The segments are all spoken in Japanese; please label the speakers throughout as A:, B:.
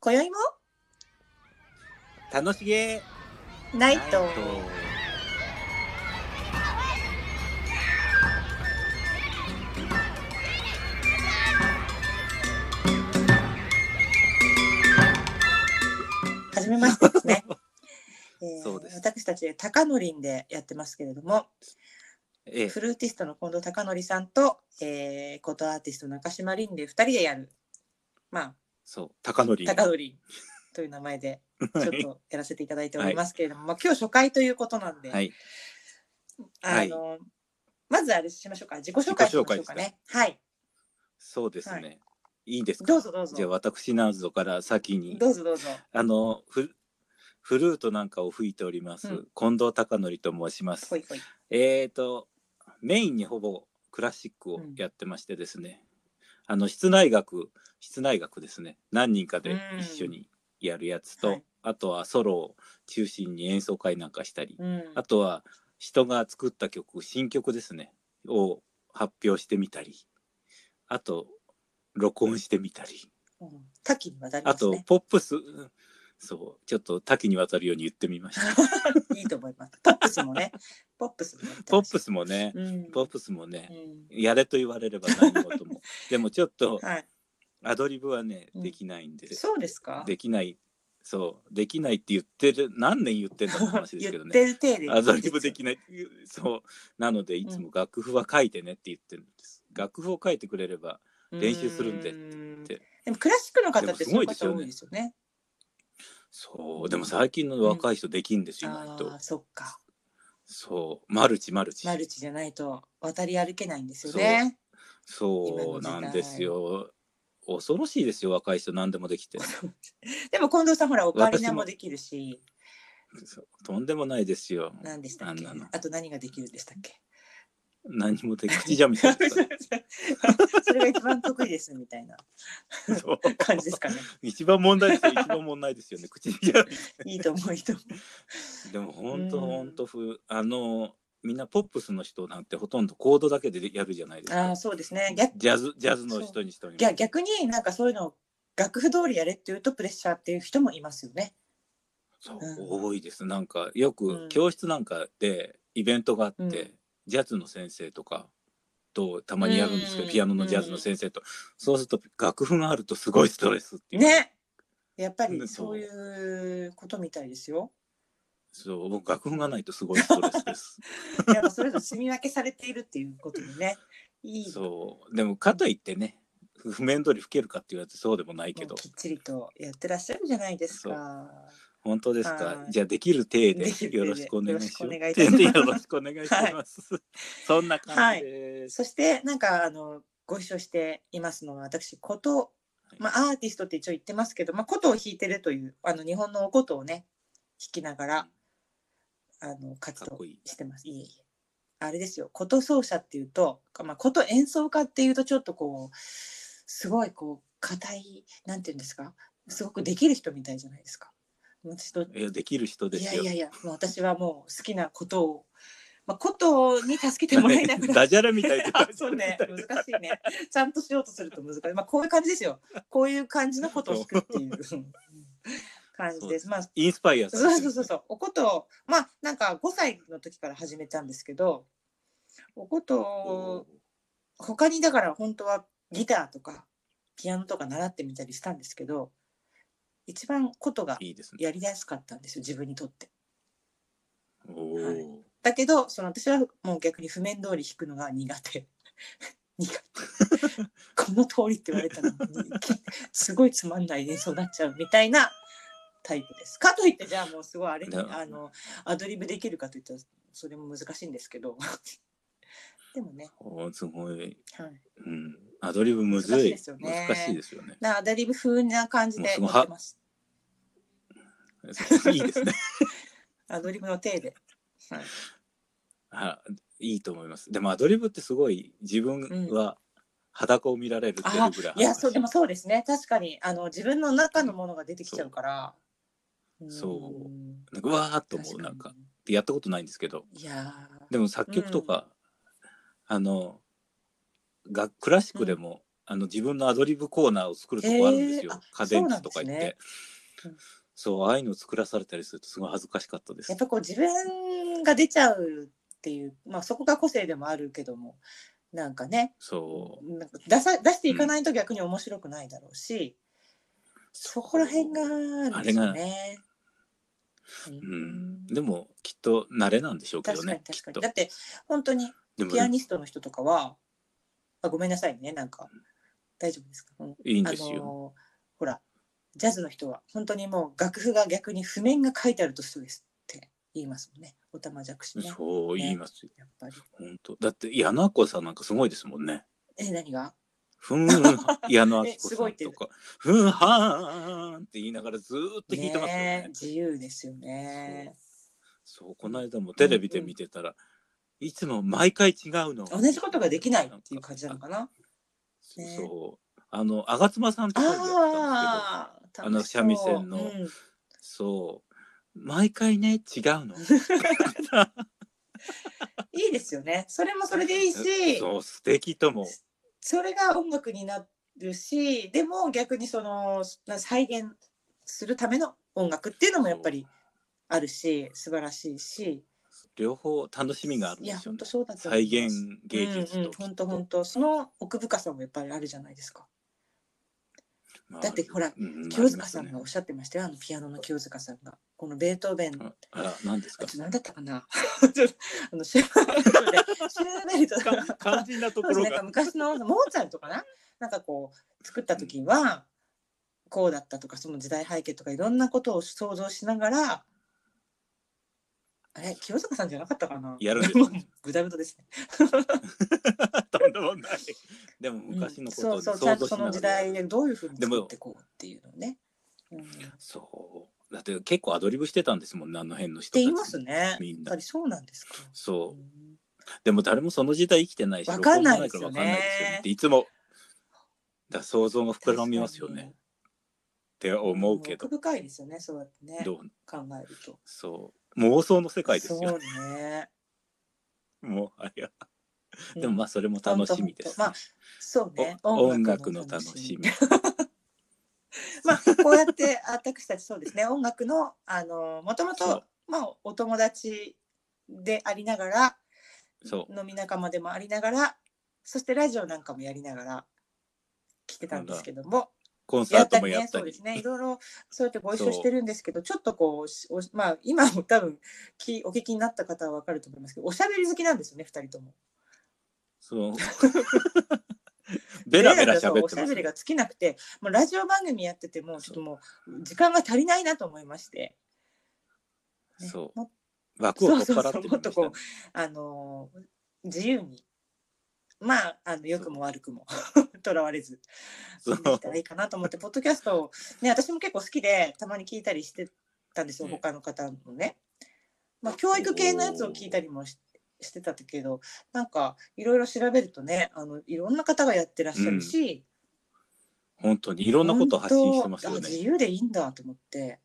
A: 今宵も
B: 楽しげ
A: ナイト。初めましてです ね。えー
B: そうです
A: 私たち高のりんでやってますけれども、
B: ええ
A: フルーティストの近藤貴則さんと、えー、ことアーティスト中島凛で2人でやる、まあ、
B: そう高典
A: 高則という名前でちょっ
B: はい
A: とやらせていただいておりますけれども、まあ、今日初回ということなんで、
B: はい
A: あのまずあれしましょうか自己紹介しましょうかね。はい、
B: そうですね、、
A: はい
B: いですか
A: どうぞどうぞ
B: じゃあ私などから先に
A: どうぞどうぞ。
B: あのフフルートなんかを吹いております、
A: うん
B: 近藤貴則と申します
A: ほいほい。
B: えー、とメインにほぼクラシックをやってましてですね、あの室内楽室内楽ですね何人かで一緒にやるやつと、
A: うんはい
B: あとはソロを中心に演奏会なんかしたり、
A: うん。
B: あとは人が作った曲新曲ですねを発表してみたりあと録音してみたり
A: うん多岐にわたり
B: あ
A: ます
B: と
A: ね。
B: ポップスそうちょっと多岐にわたるように言ってみました
A: いいと思います。ポップスもね。ポップスもやって
B: ポ
A: ま
B: ッ
A: す
B: プスもね
A: うん。
B: ポップスもね、
A: う
B: やれと言われれば何事 もでもちょっと
A: ん。はい。
B: アドリブはね
A: うん
B: できないんで、
A: そうですか。
B: できないそうできないって言ってる何年言ってんだって話ですけどね
A: 言ってる程度
B: アドリブでき
A: ない。
B: ないそうなのでいつも楽譜は書いてねって言ってるんです、楽譜を書いてくれれば練習するんで
A: うん
B: って
A: でもクラシックの方って
B: でもす
A: そういう
B: ごいです
A: 方
B: よね
A: 多いですよね。
B: そうでも最近の若い人できんですよ、意
A: あ
B: 外
A: あ
B: と
A: ー、そっか。
B: そうマルチマルチ
A: マルチじゃないと渡り歩けないんですよね。
B: そうなんですよ恐ろしいですよ若い人何でもできて
A: でも近藤さんほらオカリ
B: 私
A: ナ
B: も
A: もできるし、
B: そうとんでもないですよ
A: 何でしたっけ
B: あ
A: あ
B: んなの
A: と何ができるんでしたっけ
B: 何もでき口じゃみたいな
A: それが一番得意ですみたいな
B: そう
A: 感じですかね。
B: 一番問題ですよ一番問題 ですよね口じゃ
A: いいと思う、いいと思
B: でも本当
A: うん
B: 本当ふあのみんなポップスの人なんてほとんどコードだけでやるじゃないで
A: う。
B: す
A: あ
B: か
A: あ、そうですね。逆
B: ジャズジャズの人にしております
A: 逆逆になんかそういうのを楽譜通りやれって言うとプレッシャーっていう人もいますよね。
B: そう
A: う
B: 多いですなんかよ
A: う
B: く
A: ん
B: 教室なんかでイベントがあって、
A: うん
B: ジャズの先生とかとたまにやるんですけど、
A: うん
B: ピアノのジャズの先生と、そうすると楽譜があるとすごいストレスっていう
A: ね。やっぱ
B: う
A: り
B: んそう
A: そういうことみたいです よ。
B: そう僕楽譜がないとすごいストレスです
A: やっぱそれぞれ住み分けされているっていうこともね。 いい。
B: そうでもかといってね譜面通り吹けるかって言われてそうでもないけ
A: も
B: ど
A: うきっちりとやってらっしゃるじゃないですか。
B: 本当ですか
A: はい
B: じゃあできる体で
A: できる体で
B: よろしくお願いします
A: よろしくお願いいたします
B: よろしくお願いします、そんな感じです、
A: そしてなんかあのご一緒していますのは私こと、まあ、アーティストって一応言ってますけど、まあ、琴を弾いてるというあの日本のお琴をね弾きながらあの活
B: かっ
A: 動
B: こいい
A: してます。いえいえあれですよ琴奏者っていうと、まあ、琴演奏家っていうとちょっとこうすごいこう硬いなんていうんですかすごくできる人みたいじゃないですか。私と
B: いやできる人で
A: いや
B: すよ
A: いやいやもう私はもう好きなことを、まあ、ことに助けてもらいながら
B: ダジャレみたいで
A: あそうね難しいねちゃんとしようとすると難しい、まあ、こういう感じですよこういう感じのことを弾くっていううん感じ
B: そう
A: で
B: です
A: まあ
B: インスパイアさ
A: そう
B: れて
A: そう
B: る
A: そうそうおことをまあなんか5歳の時から始めたんですけどおことを他にだから本当はギターとかピアノとか習ってみたりしたんですけど一番ことが
B: いいですね
A: やりやすかったんですよ自分にとって。
B: おー
A: はいだけどその私はもう逆に譜面通り弾くのが苦手 苦手 この通りって言われたのにすごいつまんない演奏になっちゃうみたいなタイプですかといってじゃあもうすごいあれに
B: なるほど
A: あのアドリブできるかといったらそれも難しいんですけど でもね、
B: おーすごい、
A: はい、
B: うん、アドリブむずい
A: 難しいですよね
B: 難しいですよね
A: なアドリブ風な感じで
B: もうすごい
A: やってます
B: いいですね
A: アドリブの体で、はい
B: あいいと思いますでもアドリブってすごい自分は裸を見られるっていうぐらい、
A: いやそうでもそうですね確かにあの自分の中のものが出てきちゃうから
B: そうんなんかうわーっと思
A: 確
B: う
A: に
B: なんかやったことないんですけど
A: いやー
B: でも作曲とか、あのがクラシックでも、あの自分のアドリブコーナーを作るとこあるんですよ、
A: えーあ
B: 家電機とか
A: そう
B: 行って
A: なんで
B: そう,、ああいうのを作らされたりするとすごい恥ずかしかったです
A: やっぱこう自分が出ちゃうっていう、まあ、そこが個性でもあるけどもなんかね
B: そう
A: なんか出さ出していかないと逆に面白くないだろうし、そこら辺があるんでしょうね。う
B: うん、でもきっと慣れなんでしょうけど
A: 確かに
B: ね
A: 確か
B: き
A: に。
B: っ
A: だ
B: と
A: って本当に
B: でも
A: ピアニストの人とかは、あごめんなさいねなんか大丈夫ですか、うん
B: いいんですよ、
A: あのほらジャズの人は本当にもう楽譜が逆に譜面が書いてあるとストレスって言いますもんねおたまじゃくしね
B: そう
A: ね
B: 言いますよ
A: やっぱり
B: 本当だって矢野明子さんなんかすごいですもんね
A: え何が
B: ふん 矢野明
A: え
B: 子
A: す
B: さ
A: ごい
B: ん
A: って
B: とかふんはーんって言いながらずーっと弾いてますよね
A: ねえ自由ですよね
B: そうこの間もテレビで見てたら、いつも毎回違うの
A: 同じことができないっていう感じなのかな
B: そう
A: ね
B: そうあの吾妻さんとかにやったんですけど
A: ああ
B: あの三味線のそう毎回ね違うの
A: いいですよねそれ もそれでいいし
B: そう素敵とも
A: それが音楽になるしでも逆にそのな再現するための音楽っていうのもやっぱりあるし素晴らしいし
B: 両方楽しみがあるん
A: い
B: で
A: や
B: しょ
A: 本
B: うね
A: 当そうだと思
B: 再
A: いま
B: 現
A: す
B: 芸術と、
A: うんうん、本当本当その奥深さもやっぱりあるじゃないですか
B: まあ
A: だってほら
B: うんうん
A: 清塚さんが
B: あ
A: おっしゃってましたよあのピアノの清塚さんがこのベートーベン
B: りますねあら何です
A: あ
B: か
A: ちょっと何だったかな ちょっとあのシューベルトでシューベルト
B: か肝心なと こ
A: そうですねなんか
B: ろが
A: 昔のモーツァルトかななんかこう作った時はこうだったとかその時代背景とかいろんなことを想像しながらあれ清塚さんじゃなかったかな
B: やるんで す
A: も
B: ね
A: うぐだぐだですね、
B: とんでもないでも昔のこと
A: う
B: を
A: んそうそうちゃんと
B: 想像し
A: その
B: な
A: 時
B: がら
A: 代でどういうふうに
B: でも
A: 作ってこうっていうのをね、うん、って
B: そうだって結構アドリブしてたんですもんねあの辺の人たち
A: 言いますね
B: み
A: や
B: ん
A: っ
B: な
A: ぱりそうなんですか
B: そううんでも誰もその時代生きてないし
A: わかんないです
B: 録
A: よ
B: 音
A: ね
B: もないからわかんないですよねっていつもだ想像が膨らみますよねって思うけど
A: 奥深いですよねそうやってね
B: どう
A: 考えると
B: そう妄想の世界です
A: そ
B: よ
A: うね、
B: もうあれは
A: うん
B: でもまあそれも楽しみです
A: ほんとほんと
B: ね
A: まあそうね
B: お音楽の楽しみ
A: まあこうやって私たちそうですね音楽のあのもとも
B: そう
A: とまあお友達でありながら
B: そう
A: 飲み仲間でもありながらそしてラジオなんかもやりながら来てたんですけども
B: コンサ
A: や
B: ー
A: った
B: トも
A: り
B: や
A: ね
B: った
A: そうで
B: り
A: すねいろいろそうやってご一緒してるんですけどちょっとこうしおしまあ今も多分きお聞きになった方はわかると思いますけどおしゃべり好きなんですよね二人とも。
B: そうベラベラ喋って
A: そうおしゃ
B: ま
A: べ
B: す
A: りが尽きなくてもうラジオ番組やっててもちょっともう時間が足りないなと思いまして、ね
B: そ
A: も
B: う枠を取っ
A: そうそ
B: 払
A: う
B: っ
A: そう
B: てみました
A: もっとこあのー自由にまああの良くも悪くも とらわれず
B: そ
A: で
B: う
A: きたらいいかなと思ってポッドキャストを、ね、私も結構好きでたまに聞いたりしてたんですよ
B: うん
A: 他の方のね。まあ、教育系のやつを聞いたりもししてたけどなんかいろいろ調べるとねあのいろんな方がやってらっしゃるし。
B: 本当にいろんなことを発信してますよ
A: 本当あ自
B: ね
A: 由でいいんだと思って。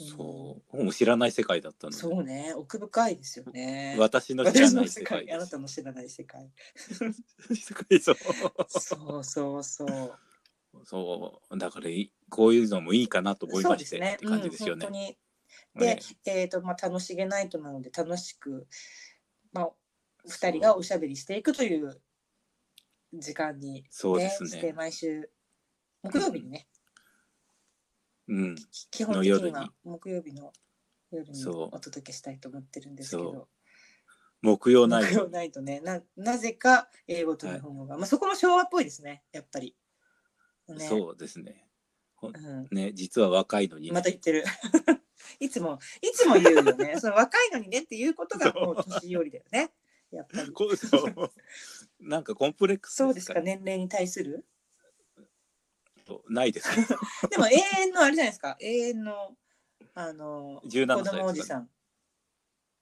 B: そう僕も知らない世界だったので
A: そうね、奥深いですよね。
B: 私の知ら
A: 私
B: な
A: の
B: い
A: 世
B: 世界
A: 界、
B: で
A: あな
B: す
A: たの知らない世界。
B: 世界 そう
A: そうそうそう。
B: そうだからいこういうのもいいかなと 思い
A: そう
B: ま
A: で
B: し
A: す
B: て、
A: ね。
B: って感じですよね
A: うん、本。当に。で、
B: ね
A: えっ、と、まあ、楽しげナイトなので、楽しく。まあ、二人がおしゃべりしていくという。時間に、ね。
B: そうです
A: して、
B: ね。
A: 毎週。木曜日にね、
B: うん、
A: き基本的に
B: の夜
A: は木曜日の。夜に
B: そう
A: お届けしたいと思ってるんですけ
B: そ
A: ど。
B: 木曜ナイ
A: 木曜
B: ト。
A: ナイトねななぜか英語と日本語が、まあ、そこも昭和っぽいですねやっぱり、ね
B: そうですね。
A: うん、
B: ね、実は若いのに、
A: また言ってる いつもいつも言うよねその若いのにねっていうこと がもう年寄りだよねやっぱり
B: こうそうなんかコンプレックス
A: そうですか
B: ね。
A: 年齢に対する
B: ないですか。
A: でも永遠のあれじゃないですか 永遠のあの
B: 17歳ですか
A: 子
B: ね
A: 供おじさん、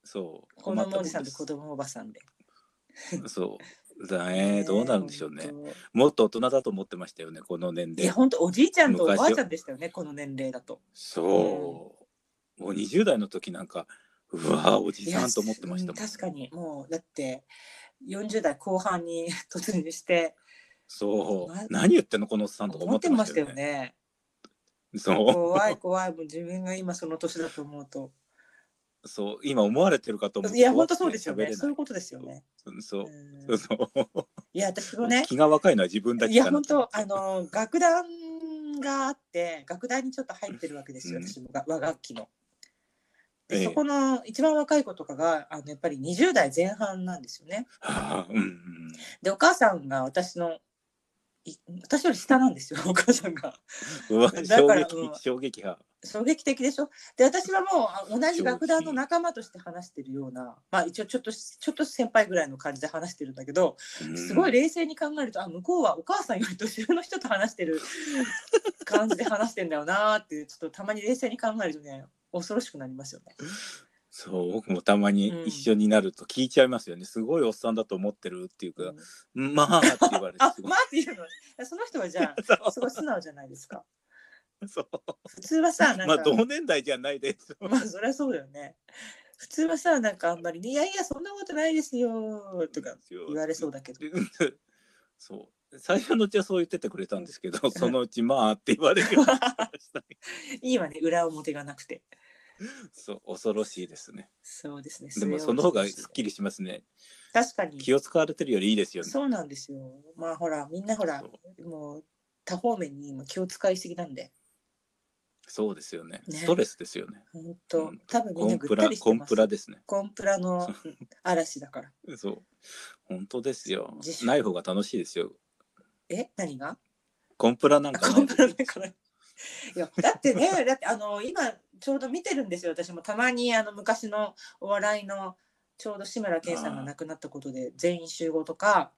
B: そう。
A: 子供おじさんと
B: 困
A: 子
B: った
A: 供おばさんで、
B: もんですそう。だね、どうなるんでしょうね。
A: 本
B: もっと大人だと思ってましたよね、この年
A: 当いや
B: 齢。
A: 本当おじいちゃんとお
B: 昔
A: ば
B: は
A: あちゃんでしたよねこの年齢だと
B: そう。もう20代の時なんか、うわおじ
A: いや
B: さんと思ってましたもん。
A: うん確かにもうだって40代後半に突入して
B: そう
A: ま。
B: 何言ってんのこのおっさんとか
A: 思
B: 思
A: っ
B: って
A: て
B: ま
A: ま
B: し
A: したた
B: よ
A: よ
B: ね。
A: ね。
B: そ
A: 怖い怖い。もう自分が今その年だと思う と。
B: う。そう。今思われてるかと思うと
A: いや、本当そうですよ
B: 怖
A: ね。
B: くて
A: そういう
B: 喋
A: ことですよね。
B: れないそう
A: う。ん
B: そうそう。
A: いや、私もね、
B: 気が若いのは自分だけ
A: い
B: か
A: や、
B: な
A: 本当あの、楽団があって、楽団にちょっと入ってるわけですよ、
B: うん
A: 私もが和楽器の。で、
B: ええ
A: そこの一番若い子とかが、あのやっぱり20代前半なんですよね。
B: はあうんうん。
A: で、お母さんが私の、い私より下なんですよ、 お母さんが。
B: うわ
A: だ
B: 衝
A: から
B: 撃
A: うん
B: 衝撃波。
A: 衝撃的でしょで私はもうあ同じ楽団の仲間として話してるような、まあ、一応ちょっとちょっと先輩ぐらいの感じで話してるんだけど
B: うん
A: すごい冷静に考えるとあ向こうはお母さんより年上の人と話して る感じで話してんだよなーってちょっとたまに冷静に考えるとね恐ろしくなりますよね。
B: そう僕もたまに
A: うん
B: 一緒になると聞いちゃいますよね、すごいおっさんだと思ってるっていうか、
A: うん
B: まあって言われて
A: あ
B: すごい
A: まあっていうのその人はじゃ あすごい素直じゃないですか。
B: そう
A: 普通はさなん
B: ま
A: か、
B: あ同年代じゃないです
A: まあそりゃそうだよね。普通はさなんかあんまりね「いやいやそんなことないですよ」とか言われそうだけど。
B: そう最初のうちはそう言っててくれたんですけ どそのうちまあって言われる ようになりました
A: いいわね裏表がなくて。
B: そう恐ろしいですね
A: そうですね。
B: でもその方がすっきりしますね
A: 確かに
B: 気を使われてるよりいいですよね
A: そうなんですよ。まあほらみんなほら
B: そ
A: もう多方面に今気を使いすぎなんで
B: そうですよね
A: ね
B: ストレスですよね
A: 本
B: う
A: 当
B: ん
A: 多分みん
B: コ
A: な
B: ン
A: ぐ
B: プ
A: った
B: ラ
A: りし
B: コ
A: て
B: ン
A: ます。
B: プラですね
A: コンプラの うん嵐だから。
B: そう本当ですよ
A: 自粛
B: ない方が楽しいですよ
A: え何が？
B: コンプラなんか
A: コ
B: な
A: ン
B: い
A: プラだから。いやだってね だってあの今ちょうど見てるんですよ私もたまにあの昔のお笑いのちょうど志村けんさんが亡くなったことで全員集合とか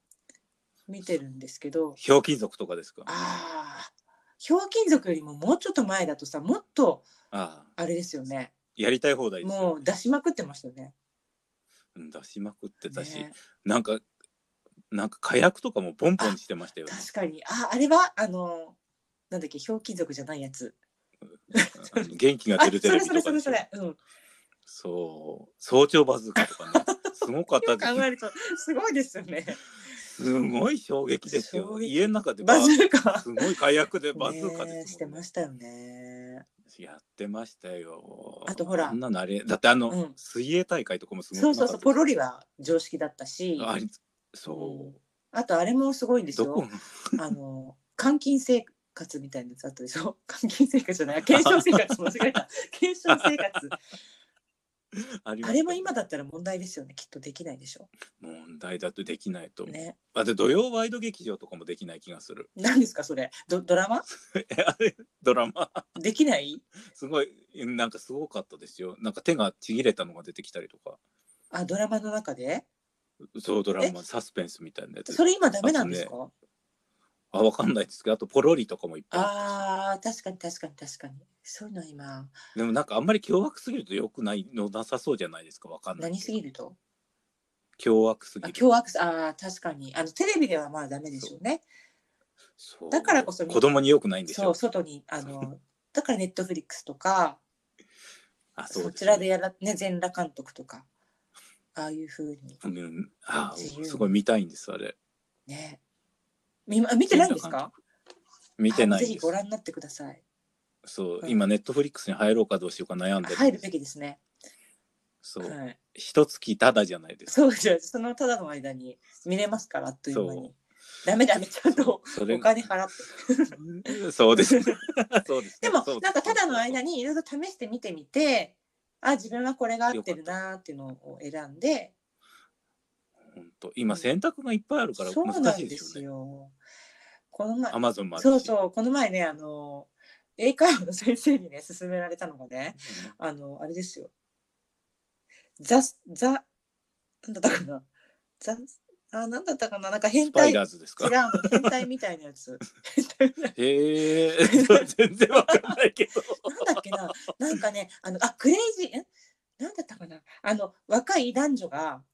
A: 見てるんですけど
B: ひょうきん族とかですかあ
A: ああ、ひょうきん族よりももうちょっと前だとさ、もっと
B: あ
A: あれですよね。
B: やりたい放題ですよ
A: もう出しまくってましたよね。
B: うん出しまくってたし、
A: ね
B: なんかなんか火薬とかもポンポンしてましたよね
A: 確かに、あ、あれは、あの。なんだっけ、ひょうきん族じゃないやつ。
B: あの元気が
A: あ、
B: 出
A: そ
B: る
A: れ
B: テレビ
A: それ
B: と
A: そ
B: かで
A: れ
B: し
A: そ
B: ょ
A: れ。うん。
B: そう早朝バズーカとかねすごかった
A: 今
B: で
A: 考えると、すごいですよね。
B: すすごい衝撃です
A: 衝
B: よ
A: 撃
B: 家の中で
A: バ
B: バ
A: ズーカ。
B: すごい火薬でバズーカ
A: ねえ
B: で
A: し
B: す
A: て
B: もんね
A: ましたよね。
B: やってましたよ
A: あとほら
B: あんなのあれだってあの、
A: うん
B: 水泳大会とかもすご
A: そうそうそう、ポロリは常識だったし。
B: あれそう、
A: あと、あれもすごいんです
B: ど
A: よ
B: こ。
A: あの監禁生活みたいなやつあったでしょ監禁生活じゃ ない検証生活間違えた検証生活
B: ありま
A: あ
B: す
A: れも今だったら問題ですよねきっとできないでしょ
B: 問題だとできないと思う、
A: ね
B: あと土曜ワイド劇場とかもできない気がする
A: 何ですかそれドドラマ
B: えあれドラマ
A: できない
B: すごいなんかすごかったですよなんか手がちぎれたのが出てきたりとか
A: あドラマの中で
B: そうドラマサスペンスみたいなやつ
A: それ今ダメなんですかあ,、
B: あわかんないですけどあとポロリとかもいっぱい
A: あー確かに確かに確かにそういうの今
B: でもなんかあんまり凶悪すぎるとよくないのなさそうじゃないですかわかんない
A: 何すぎると
B: 凶悪すぎ
A: あ
B: る
A: 凶悪さあー確かにあのテレビではまあダメでしょうね
B: そう
A: だからこそ
B: 子供によくないんです
A: そう
B: よ
A: 外にあのだからネットフリックスとか
B: あ
A: そ
B: そうですね
A: ちらでやらね全裸監督とかああいうふうに
B: うんあ
A: 自由に
B: すごい見たいんですあれ
A: ね見ま見てないんです
B: 全裸
A: か
B: 監見てな
A: あぜ
B: いん
A: ひ
B: です
A: ご覧になってください
B: そう、
A: うん
B: 今ネットフリックスに入ろうかどうしようか悩んでる
A: 入るべきですね
B: そう、
A: はい、
B: 一月ただじゃないですか
A: そうじゃあそのただの間に見れますからあっという間
B: そ
A: に
B: う
A: ダメダメちゃんと
B: それ
A: お金払って
B: そうです そうです
A: で
B: ね
A: も
B: そう
A: なんかただの間にいろいろ試して見てみてあ自分はこれが合ってるなーっていうのを選んで
B: 本当今選択がいっぱいあるから
A: そうな
B: 難し
A: ん
B: いで
A: ですす
B: よね
A: よこの前
B: アマゾンもあるし
A: そうそうこの前ねあの英会話の先生にね勧められたのがねあのあれですよザザなんだったかなザあなんだったかななんか
B: ス
A: 変
B: パ
A: 態違
B: イ
A: う
B: ダーズですか
A: の変態みたいなやつ変態みたい
B: へ え全然わかんないけど
A: ななんだっけななんかねあのあクレイジーんなんだったかなあの若い男女が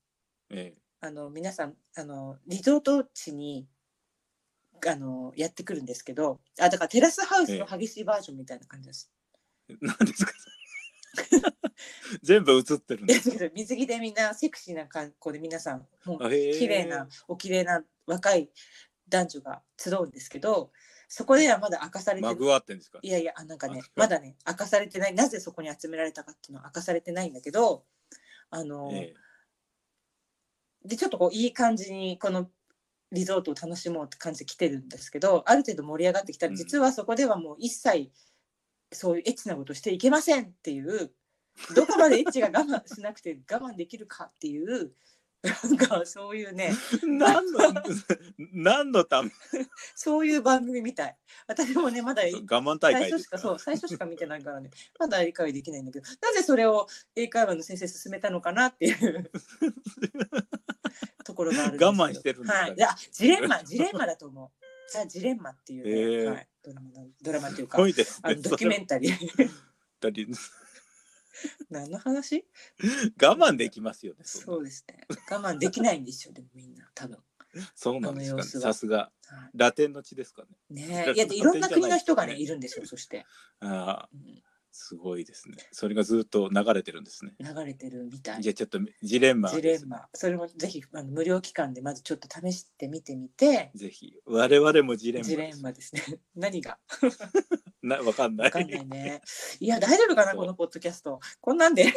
B: ええ
A: あの皆さんあのリゾート地にあのやってくるんですけどあだからテラスハウスの激しいバージョンみたいな感じです。
B: 何ですか全部映ってるんですか
A: 水着でみんなセクシーな格好で皆さんもう
B: あへえ
A: 綺麗なお綺麗な若い男女が集うんですけどそこではまだ明かされて
B: まぐわってんですか
A: いやいやあなんかね
B: あ
A: まだね明かされてないなぜそこに集められたかっていうのは明かされてないんだけどあの、
B: ええ
A: でちょっとこういい感じにこのリゾートを楽しもうって感じで来てるんですけどある程度盛り上がってきた
B: う
A: ら
B: ん
A: 実はそこではもう一切そういうエッチなことしていけませんっていうどこまでエッチが我慢しなくて 我慢できるかっていうなんかそういうね
B: 何の何のため
A: そういう番組みたい私もねまだ
B: 我慢大
A: 最
B: 会で
A: 初し
B: す
A: か
B: か
A: そう最初しか見てないからね まだ理解できないんだけどなぜそれを英会話の先生勧めたのかなっていう ところがあるんですけど
B: 我慢してるんですかね
A: はい、あジレンマジレンマだと思うザ・ジレンマっていうね、
B: へー
A: はい、ドラマなドラマっていう
B: す
A: か
B: ごいです
A: あ
B: ね
A: のドキュメンタリー
B: それだって
A: 何の話
B: 我慢できますよねそんな
A: そうですね我慢できないんですよでもみんな多分、
B: そうなんですかね
A: この様子は
B: さすが
A: は
B: ラテンの地ですかね
A: い、ねえいやでいろんな国の人がねいるんですよそして、
B: ああ
A: うん
B: すごいですねそれがずっと流れてるんですね
A: 流れてるみたい
B: じゃあちょっとジレンマ
A: ジ
B: で
A: レ
B: す
A: ンマそれもぜひあの無料期間でまずちょっと試してみてみて
B: ぜひ我々もジレンマ
A: ジレ
B: で
A: ン
B: す
A: マですね 何が
B: なわかんない
A: わかんないねいや大丈夫かな
B: そう
A: このポッドキャストこんなんでね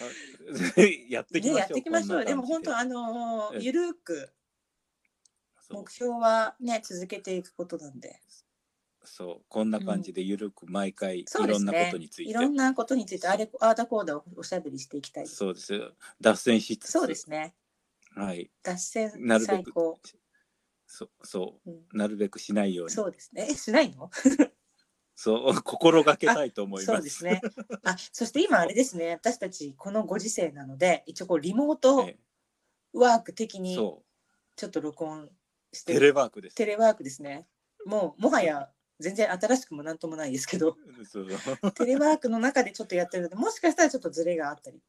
B: やっていきましょう、
A: やっていきましょうでも本当
B: は
A: あのー
B: ええ
A: ゆるく目標はね続けていくことなんで
B: そうこんな感じでゆるく毎回い
A: そうで
B: ろ
A: す
B: ん
A: ね
B: なことについ
A: い
B: て、
A: ろんなことについてあれあーだこうだおしゃべりしていきたいです
B: そうですよ脱線しつつ
A: そうですね
B: はい
A: 脱線
B: なるべ
A: 最
B: く
A: 高、
B: そそ
A: うん
B: うなるべくしないようにそう
A: そうですねえしないの
B: 心がけたいと思います
A: そうですねあそして今あれですね私たちこのご時世なので一応こうリモート
B: え
A: ワーク的
B: え
A: に
B: そ
A: ちょっと録音し
B: う
A: て
B: テレワークです
A: テレワークですね。もうもはや全然新しくもなんともないです けど、
B: そう
A: テレワークの中でちょっとやってるので、もしかしたらちょっとズレがあったり、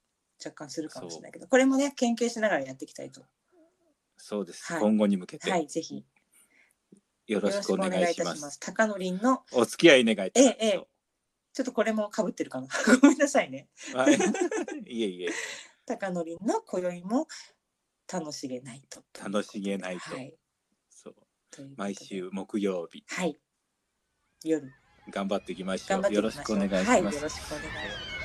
A: 若干するかもしれないけど、これもね、研究しながらやっていきたいと。
B: そうです、
A: はい
B: 今後に向けて
A: はい、ぜひよ
B: よろ
A: ろ
B: し
A: し
B: く
A: く
B: お
A: お願
B: 願
A: い
B: い
A: い
B: し
A: た
B: ますお
A: します。高野林の、
B: 付き合い願いいたします
A: ええええちょっとこれもかぶってるかな。 ごめんなさいね。
B: はい、いえいえ
A: 高野林の今宵も楽しげないと。
B: 楽しげないと、
A: はい。
B: そう
A: ということで
B: 毎。週木曜日
A: はい。夜、
B: 頑張っていきまし
A: 頑
B: ょ
A: 張って
B: う
A: い
B: よ
A: きま
B: ろ
A: し
B: し
A: ょう。
B: くお願いし
A: はい、よ
B: ま
A: ろ
B: す
A: しくお願いします。